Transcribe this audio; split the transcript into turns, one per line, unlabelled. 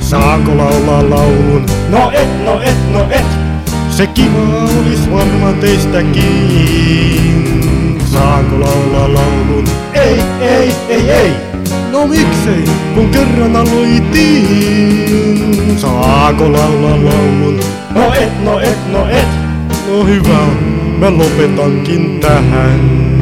saanko laulaa laulun? No et, no et, no et. Se kiva olis varmaan teistäkin. Saanko laulaa laulun? Ei, ei, ei, ei. No miksei, kun kerran aloitin. Saako laulaa laulun? No et, no et, no et. No hyvä, mä lopetankin tähän.